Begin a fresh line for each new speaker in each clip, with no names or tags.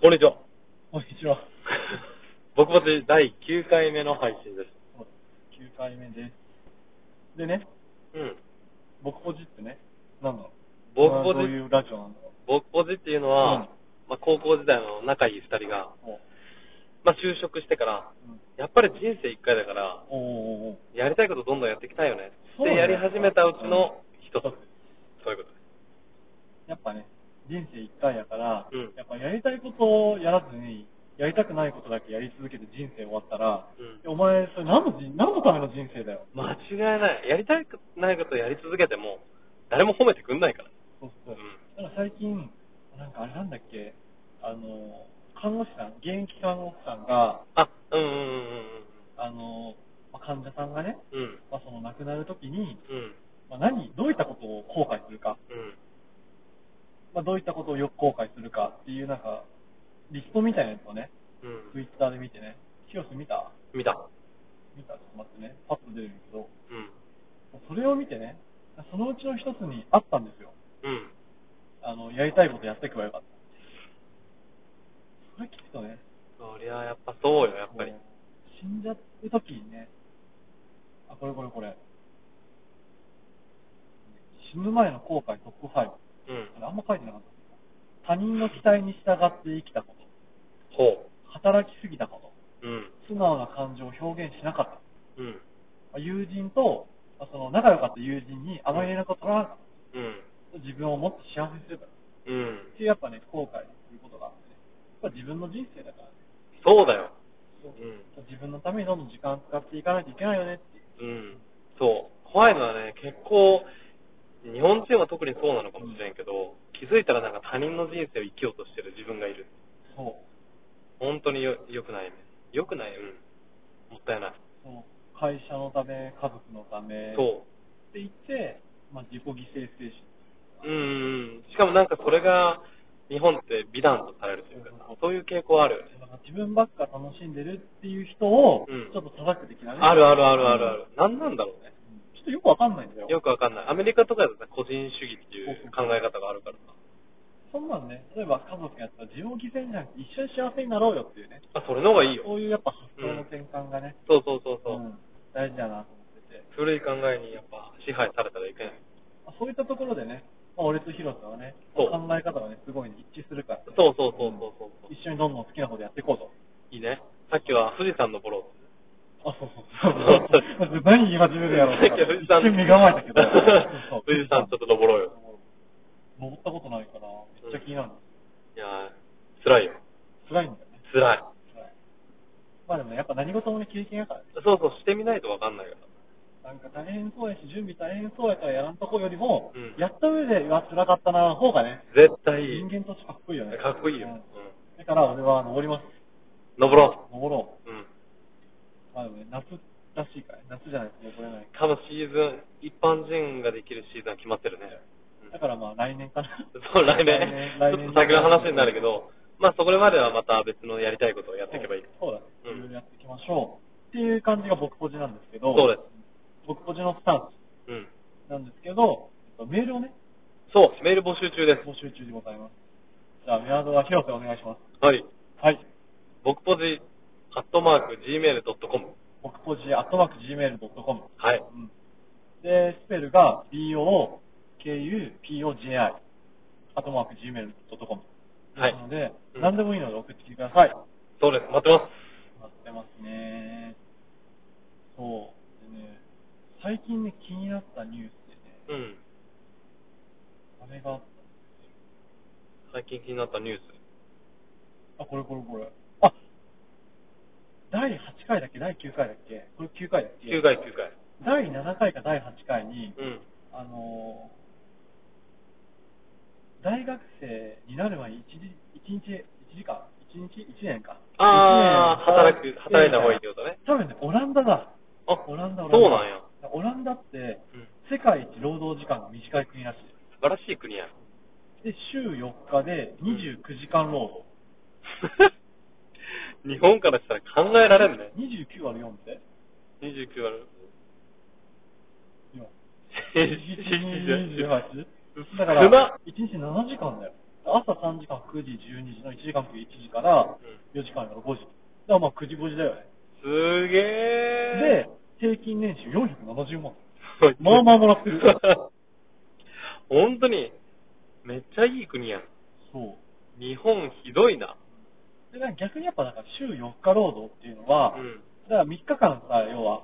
こんにちは。
こんにちは。
僕ぼち第9回目の配信です。
9回目です。でね、
うん。
僕ポジってね、なんだろう。
僕
まあ
ぼ
どうい
ち、
うラジオなんだろ
僕ぼちっていうのは、
うん
まあ、高校時代の仲いい二人が、
う。お
まあ、就職してから、
うん
やっぱり人生一回だから、
おおおお
やりたいことどんどんやっていきたいよね。
そう
で、
だね
やり始めたうちの一つ。
うん
そういうことです。
やっぱね、人生一回やから、
うん
やっぱやりたいことをやらずに、やりたくないことだけやり続けて人生終わったら、
うん
いやお前、それ何の人何のための人生だよ。
間違いない。やりたくないことをやり続けても、誰も褒めてくんないから。
そう
う
そ
ん
う。。だから最近、なんかあれなんだっけ、あの、看護師さん、現役看護師さんが、
あ、うんうんうん
あの、まあ患者さんがね、
うんうん。うん。
まあ、その亡くなるときに、
うん。
まあ、何、どういったことを後悔するか、
うん。
まあ、どういったことをよく後悔するかっていう、なんか、リストみたいなやつをね、
うん。
ツイッターで見てね、清瀬見た
見た。
見たちょっと待ってね、パッと出るんだけど、
うん。
それを見てね、そのうちの一つにあったんですよ。
うん。
あの、やりたいことやっていけばよかった。それ聞くとね、
そりゃやっぱそうよ、やっぱり
こ。う死んじゃってる時にね、あ、これこれこれ。死ぬ前の後悔トップ5。こ
うん。
れあんま書いてなかった。他人の期待に従って生きたこと。
ほ
働きすぎたこと。
う。うん。
素直な感情を表現しなかった。
うん。
まあ友人と、まあその仲良かった友人にあまり連絡を取らなかっ
うん。
た。自分をもっと幸せにすればい
う
い。
ん。
っていうやっぱね、後悔することがあってね。やっぱ自分の人生だからね。
そうだよ。
自分のためにどんどん時間使っていかないといけないよねっていう。
うん。うん。そう。怖いのはね、結構、日本人は特にそうなのかもしれんけど、気づいたらなんか他人の人生を生きようとしてる自分がいる。
そう。
本当によ、良くないね。良くないうん。もったいない。
そう会社のため、家族のため。う。
そ
って言って、まあ、自己犠牲精神。
う。うん。しかもなんかそれが、日本って美談とされるというかさ、そういう傾向あるよね。
だから自分ばっか楽しんでるっていう人を
うん、
ちょっと叩く的なね。
あるあるあるあるある。何なんだろうね。
うん。ちょっとよくわかんないんだよ。
よくわかんない。アメリカとかでさ、個人主義っていう考え方があるからさ。
そんなんね、例えば家族やったら自分を犠牲にじゃなくて一緒に幸せになろうよっていうね。
あ、それの方がいいよ。
そういうやっぱ発想の転換がね、
そうそうそうそうう、
ん大事だなと思ってて。
古い考えにやっぱ支配されたらいけない。
まあそういったところでね、まあ、俺とヒロさんはね、
そ
考
う
え方がね、すごい、ね、一致するから、ね。
そうそうそうそうそうそう
一緒にどんどん好きなことやっていこうと。
いいね。さっきは富士山登ろう。
あ、そうそうそう。何今自分でやろう
さっきは富士山。。
一瞬身構えたけど
富士山ちょっと登ろうよ。
登ったことないから、めっちゃ気になるの。
いやー、辛いよ。
辛いんだよね。
辛い。
辛いまあでもねやっぱ何事もね、経験やからね。
そうそう、してみないとわかんないから。
なんか大変そうやし、準備大変そうやからやらんとこよりも、
うん
やった上で、うわ、辛かったな、方がね、
絶対いい
人。間としてかっこいいよね。
かっこいいよ。う
うんん。だから俺は登ります。
登ろ
登ろ
う。うん。
う。まあでもね、夏らしいからね、夏じゃないと登れない。
多分シーズン、一般人ができるシーズンは決まってるね。うん
だからまあ来年かな。
そう、来年、
来
ちょっ
年
と先の話になるけど、まあそこまではまた別のやりたいことをやっていけばいい。
そうだね。
うん
いろいろやっていきましょう。っていう感じが僕ポジなんですけど、
そうで
僕ポジのスタン
す。うん。
スなんですけど、えっとメールをね、
そう、メール募集中で
募集中でございます。じゃあ、宮沢広瀬お願いします。
す。はい。
はい。
僕ポジ、アットマーク、gmail.com。
僕ポジ、アットマーク gmail.com。
はい。
うん。で、スペルが b-o-k-u-p-o-j-i。アットマーク gmail.com。
はい
なので、
うん
何でもいいので送ってきてください。
そうです。待ってます。
待ってますね。そう。でね、最近ね、気になったニュースでね、
うん。
あれがあっ
最近気になったニュース。
た。あ、これこれこれ。あ第8回だっけ第9回だっけこれ9回だっけ
9回、9回。
第7回か第8回に、
うん。
あのー大学生になる前に 1, 日、1時間 ?1 日 ?1 年か。
あー
一年
働く働いた方がいいってことね
多分ね、オランダだ。
あ、
オランダ、オラン
そ
ダ。
うなんや。。
オランダって、
うん。
世界一労働時間が短い国らし
素晴らしい国や。
い。で、週4日で29時間労働。
日本からしたら考えられんね。
29割4って
29ある。
今。
え、
28? だ
少
か
な
ら、1日7時間だよ。朝3時間、9時、12時の1時間という1時から4時間から5時。だからまあ9時5時だよね。
すげえ。
で、平均年収470万。
で
まあまあもらってる
本当に、めっちゃいい国やん。
そう。
日本ひどいな。
で、なんか逆にやっぱなんか週4日労働っていうのは、
うん。
だから3日間さ、要は、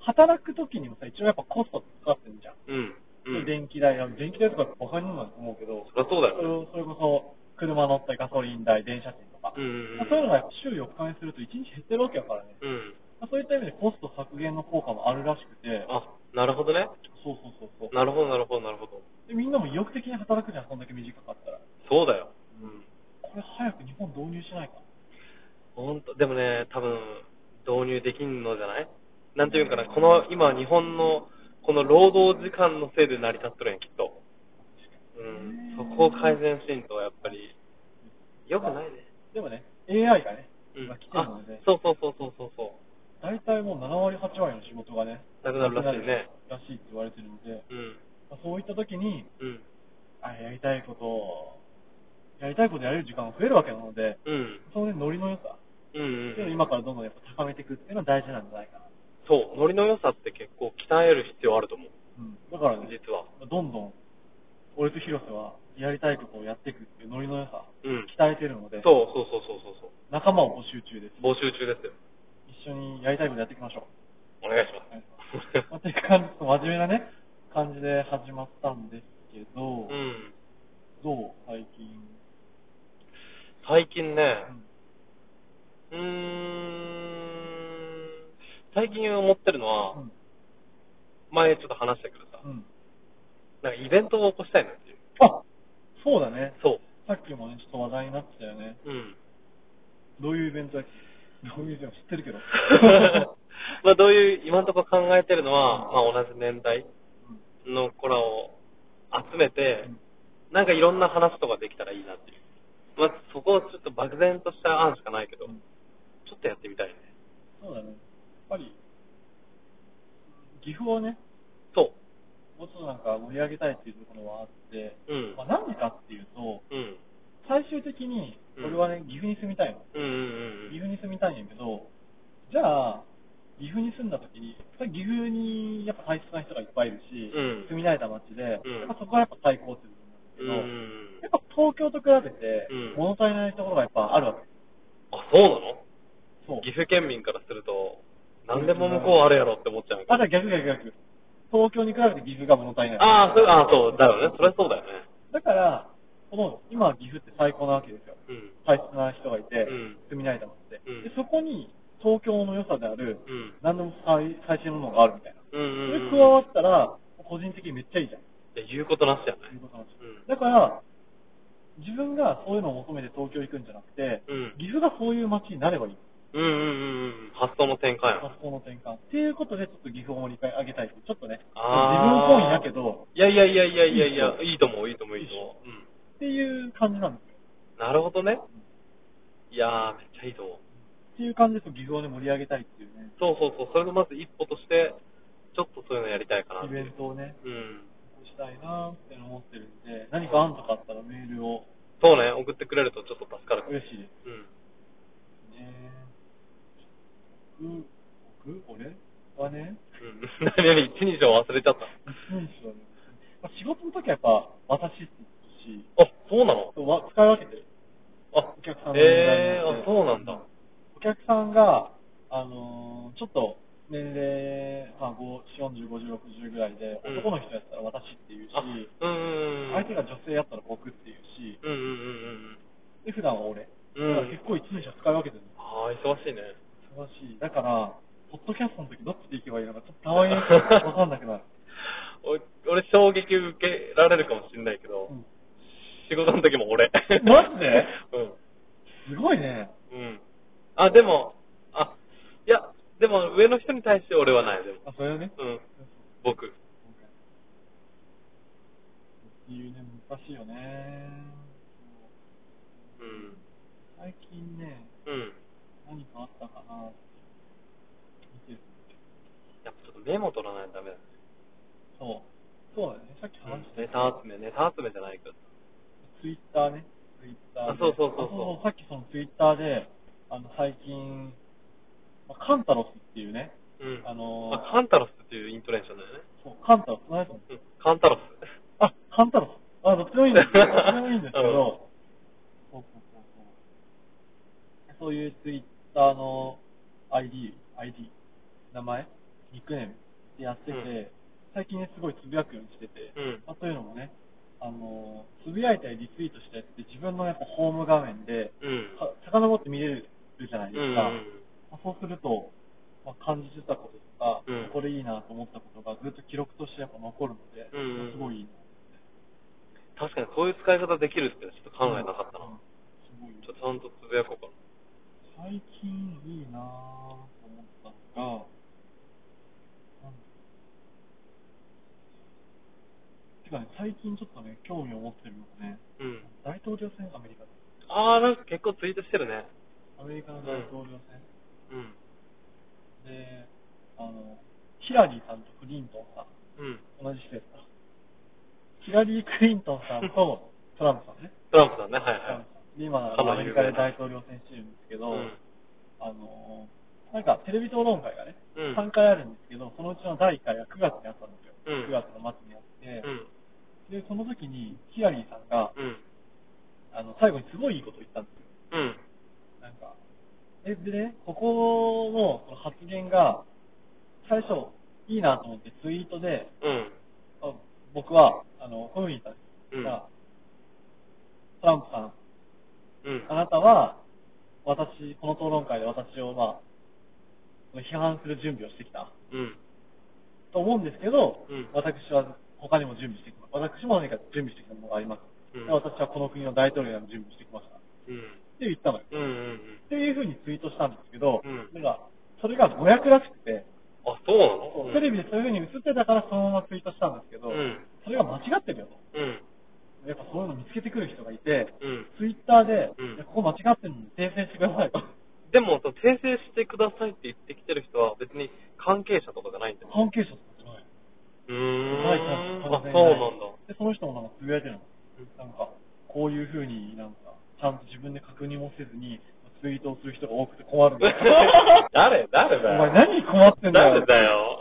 働く時にもさ、一応やっぱコストかかってるじゃん。
うん。うん。
電気代、電気代とかバカになると思うけど、
そりゃそうだよね。
それこそ、車乗ったりガソリン代、電車賃とか、
うんうんうん
そういうのがやっぱ週4日にすると1日減ってるわけだからね。
うん。
まあそういった意味でコスト削減の効果もあるらしくて、
あ、なるほどね。
そうそうそうそう。
なるほど、なるほど、なるほど。
で、みんなも意欲的に働くじゃん、そんだけ短かったら。
そうだよ。うん。
これ早く日本導入しないか。
ほんと、でもね、多分、導入できんのじゃないなんていうんかな、この、今、日本の、この労働時間のせいで成り立っとるやん、きっと。うん。そこを改善しんと、やっぱり、良くないね。
でもね、AI がね、
うん
今来。てる
あ
ので、、
そうそうそうそうそうそう。
大体もう7割、8割の仕事がね、
なくなるらしいね。
らしいって言われてるので、
うん。
まあそういった時に、
うん。
あやりたいことを、やりたいことやれる時間が増えるわけなので、
うん。
そのね、ノリの良さ、
うん
ってい
うん。
うのを今からどんどんやっぱ高めていくっていうのは大事なんじゃないかな。
そう、ノリの良さって結構鍛える必要あると思う。
うん。だからね、
実は。
どんどん、俺と広瀬は、やりたいことをやっていくっていうノリの良さ、
うん。
鍛えてるので、
そうそうそうそうそうそう。
仲間を募集中です。
募集中ですよ。
一緒にやりたいことやっていきましょ
お願いしま
う。はい。
す。
まあ、っていう感じ、ちょっと真面目なね、感じで始まったんですけど、
うん。
どう最近。
最近ね、
うん
うーん、最近思ってるのは、
うん。
前ちょっと話したけどさ、
うん。
なんかイベントを起こしたいなっていう。
あそうだね。
そ
さっきもね、ちょっと話題になってたよね。
う。うん。
どういうイベントだっけどういうイベント知ってる けど。
まあどういう、今のところ考えてるのは、まあ同じ年代の子らを集めて、なんかいろんな話とかできたらいいなっていう。まあそこはちょっと漠然とした案しかないけど、
うん
ちょっとやってみたいね。
そうだね。やっぱり、岐阜をね、
そ
もうちょっとなんか盛り上げたいっていうところはあって、
う。うん
まあ、。何でかっていうと、
うん。
最終的に、俺はね、岐阜に住みたいの。
うんうんうん
岐阜に住みたいんやけど、じゃあ、岐阜に住んだ時に、やっぱり岐阜にやっぱ大切な人がいっぱいいるし、
うん
住み慣れた街で、
うん
やっぱそこはやっぱ対抗する
うんん。う
だ
ん
けど、やっぱ東京と比べて
うん、
物足りないところがやっぱあるわけ。
あ、そうなの
そう。
岐阜県民からすると、何でも向こうあれやろって思っちゃうけど
あ、じゃあ逆逆逆。東京に比べて岐阜が物足りない。
ああ、そう、ああ、そう、だよね。それはそうだよね。
だから、この、今岐阜って最高なわけですよ。
うん。
大切な人がいて、
うん
住み慣れた街で,、
うん
で。そこに東京の良さである、
うん。
何でも最最新のものがあるみたいな。
うん
そ
うんうん。
れ加わったら、個人的にめっちゃいいじゃん。
て。言うことなしじゃな
とい。
いう
ことなんですよ
うん
だから、自分がそういうのを求めて東京行くんじゃなくて、
うん
岐阜がそういう街になればいい。
うんうんうんうん。発想の転換や。
発想の転換。っていうことで、ちょっと岐阜を盛り上げたい。ちょっとね、自
あ
分
ー
本位だけど、
いやいやいやいやいやいや、いいと思う、いいと思う、いいと思う。うん。
っていう感じなんですよ。
なるほどね。いやー、めっちゃいいと思う。
っていう感じで、ちょっと岐阜をね、盛り上げたいっていうね、
そうそうそう、それのまず一歩として、ちょっとそういうのやりたいかな
イ
って
ベ
い
ン
う。
トをね、
うん。
したいなーって思ってるんで、何か案とかあったらメールを
そうね、送ってくれるとちょっと助かるかも。
嬉しいで
うん。
すね。僕、僕俺はね、
うん。 何より一人称忘れちゃった。
何しろね、まあ仕事の時はやっぱ、私って言うし、
あ、そうなの
そうわ使い分けてる。
あ、
お客さんの年
え
代
え
によっ
ー、あ、
て
そうなんだ。
お客さんが、あのーちょっと年齢、まあ、5 40、50、60ぐらいで、
うん
男の人やったら私っていうし、
あ、うん。
相手が女性やったら僕っていうし、
うんうんうん
で、普段は俺。
う
だ
ん。
か
う
ら
ん
結。構一年しか使い分けてるの。
ああ、忙しいね。
忙しい。だから、ポッドキャストの時どっちで行けばいいのか、ちょっとたまにわかんなくなる。
お俺、衝撃受けられるかもしれないけど、
うん
仕事の時も俺。
マジですごいね。
うん。うん。あ、でも、あ、いや、でも上の人に対して俺はない、でも。
あ、それはね。
うん。僕。
っていうね、難しいよね。
うん。
最近ね、
うん。
何かあったかな見てる。
やっぱちょっとメモ取らないとダメだね。
そう。そうだね。さっき話し
ネ
た、
タ集め、ネタ集めじゃないけど。
ツイッターね。ツイッターで。
あそうそうそうそう
あさっきそのツイッターで、あの、最近、まあカンタロスっていうね、
うん。
あの
あ、カンタロスっていうイントネーションだよね。
そうカンタロス、何やと思って
うん。カンタロス。
あ、カンタロス。あ、どっちでもいいんですけど、どっちでもいいんですけど、 そうそうそうそう。そういうツイッターの ID、ID、名前、ニックネームでやってて、
うん
最近ね、すごいつぶやくようにしてて、
うん
まあ、というのもね、あの、つぶやいたりリツイートしたやつって自分のやっぱホーム画面で、
うん。
か遡って見れるじゃないで
う
す
ん
か。まあそうすると、まあ、感じてたこととか、
うん
これいいなと思ったことがずっと記録としてやっぱ残るので、
うんうん
すごいいいな。
確かにそういう使い方できるってちょっと考えなかったな。
うんすごい
ちょっとちゃんとつぶやこうか
最近いいなぁと思ったのが、なんてかね、最近ちょっとね、興味を持ってるのがね、
な。うん。
大統領選、アメリカで。
あー、なんか結構ツイートしてるね。
アメリカの大統領選。
うん。
で、あの、ヒラリーさんとクリントンさん、
うん。
同じ施設だ。ヒラリー・クリントンさんとトランプさんね。
トランプさんね、はい
ト
は
ランプさんで今、
かの
アメリカで大統領選してるんですけ
い。
ど、
うん。
あのーなんかテレビ討論会がね、
うん
3回あるんですけど、そのうちの第1回が9月にあったんですよ。
うん
9月の末にあって、
うん。
で、その時にヒラリーさんが、
うん。
あの、最後にすごいいいこと言ったんです
う
よ。
ん。
なんか、で、でね、ここのその発言が、最初、いいなと思ってツイートで、
うん。
あ僕は、あの、こういうふうに言ったんです
うん
がトランプさん、
うん。
あなたは、私、この討論会で私を、まあ、その批判する準備をしてきた
うん。
と思うんですけど、
うん
私は他にも準備してきま私も何か準備してきたものがあります。
うん
で私はこの国の大統領になる準備してきました。って
うん。
言ったのよ。
うん。うん。
っていうふうにツイートしたんですけど、
うん
なんか、それが誤訳らしくて、
あ、そうなの
テレビでそういうふうに映ってたからそのままツイートしたんですけど、
うん
それが間違ってるよと。
うん。
やっぱそういうの見つけてくる人がいて、
うん。
ツイッターで、
うん
いやここ間違ってるので訂正してくださ いと。
でも、その訂正してくださいって言ってきてる人は別に関係者とかじゃないんだよ。
関係者とかじゃない。
うー
第三
ん。
者
あ、そう
完全に
なんだ。
で、その人もなんかつぶやいてるの。
う
なんか、こういうふうになんか、ちゃんと自分で確認もせずに、ツイートをする人が多くて困るんだよ
誰誰
お
だよ。
前何困ってんだよ
誰。だよ。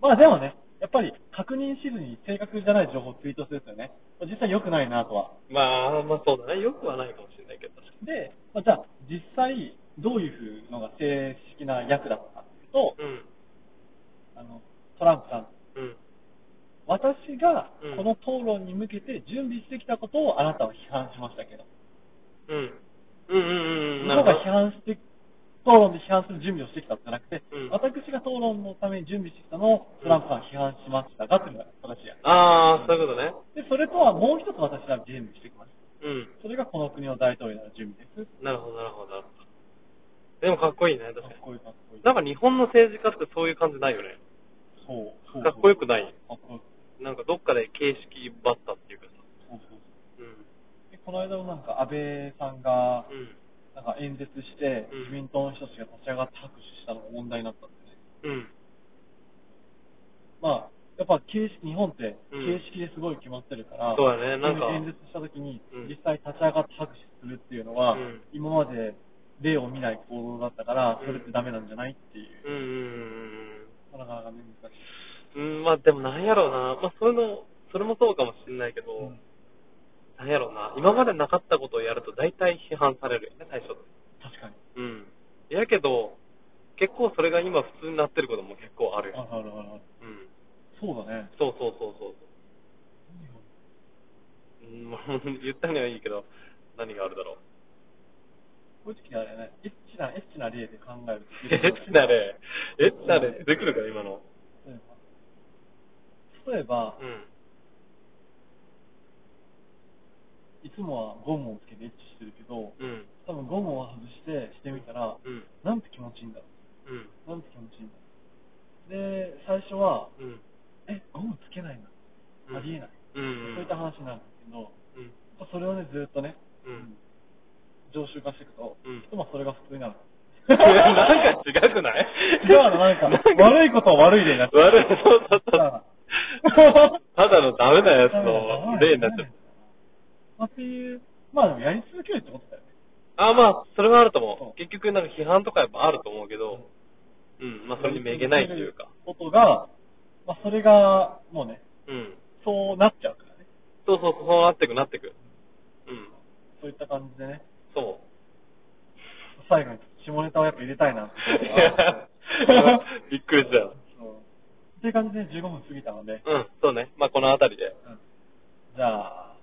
まあでもね、やっぱり確認しずに正確じゃない情報をツイートするんですよね。実際良くないなとは。
うん。まあ、まあそうだね。よくはないかもしれないけど、確か
で、まあ、じゃあ実際どういう風のが正式な役だったかっていうと、
に。うん。
あの、トランプさん、
うん。
私が
うん
この討論に向けて準備してきたことをあなたは批判しましたけど、
うん。うんうんうん。な
僕
る
が
ほ
批
ど。
判して、討論で批判する準備をしてきたんじゃなくて、
うん
私が討論のために準備してきたのをトランプさんは批判しましたがっていうのが正しいや。
ああ、そういうことね。
で、それとはもう一つ私が準備してきまし
う
た。
ん。
それがこの国の大統領の準備です。
なるほど、なるほど、なるほど。でもかっこいいね、確かに
かっ。こいいかっこいい。
なんか日本の政治家ってそういう感じないよね。
そうそう。
かっこよくない
かっこよく。
なんかどっかで形式ばったっていうかさ。
そうそう
うん。
で、この間もなんか安倍さんが、
うん。
なんか演説して、
うん
自民党の人たちが立ち上がって拍手したのが問題になったんでね。
うん。
まあ、やっぱ形式、日本って
うん
形式ですごい決まってるから、
そうだねなんか
演説した時に
うん、
実際立ち上がって拍手するっていうのは、
うん
今まで例を見ない行動だったから、
うん
それってダメなんじゃないっていうう、
んうん
なかなかね、難し
う
い。
んうん。うん、まあでもなんやろうな。まあそういうの、それもそうかもしんないけど、
うん
なんやろうな。今までなかったことをやると大体批判されるよね、最初って。
確かに。
うん。やけど、結構それが今普通になってることも結構あ
あ
る
る
よ。
あるあるある。
うん。
そうだね。
そうそうそうそう。うん、 言ったにはいいけど、何があるだろう。
こういう時にあれね、エッチな、エッチな例で考える
エ ッチな例、エッチな例出てくるか、今の。
例えば、
うん。
いつもはゴムをつけてエッチしてるけど、
うん。
多分ゴムを外してしてみた
う
ら、
ん。
なんて気持ちいいんだろ
うん。
う。なんて気持ちいいんだろう。で、最初は、
うん。
え、ゴムつけないんだ。
うん
ありえない。
うんうん
そういった話になるんですけど、
うん。
それをね、ずっとね、
うん。
常習化していくと、
うん
きっとまあそれが普通になる。
なんか違くない
違うの、 なんか、悪いことは悪い例になっちゃう。
悪い、そうそう そう。ただのダメなやつ
ダメだ
の
ダメだ
例になっちゃう。
まあっていうまあでもやり続けるってことだよね。
あまあ、それはあると思
うん
う。結局、なんか批判とかやっぱあると思うけど、うん、まあ、それにめげないというか。
ことが、まあそれが、もうね、
うん。
そうなっちゃうからね。
そうそう、そうなってく、なってく。うん。
そういった感じでね、
そう。
最後に下ネタをやっぱ入れたいなって
い
いうのが
や びっくりしたよ。
そうっていう感じで15分過ぎたので、
うん、そうね。まあ、このあたりで。
うんじゃあ、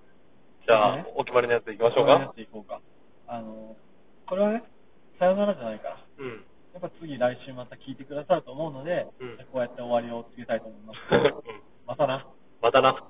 じゃ
そう
あ
ね、
お決まりのやついきましょう
やっ
か。
ていこうか。あの、これはね、さよならじゃないから。
うん。
やっぱ次来週また聞いてくださると思うので、
うん
こうやって終わりを告げたいと思います。
うん
またな。
またな。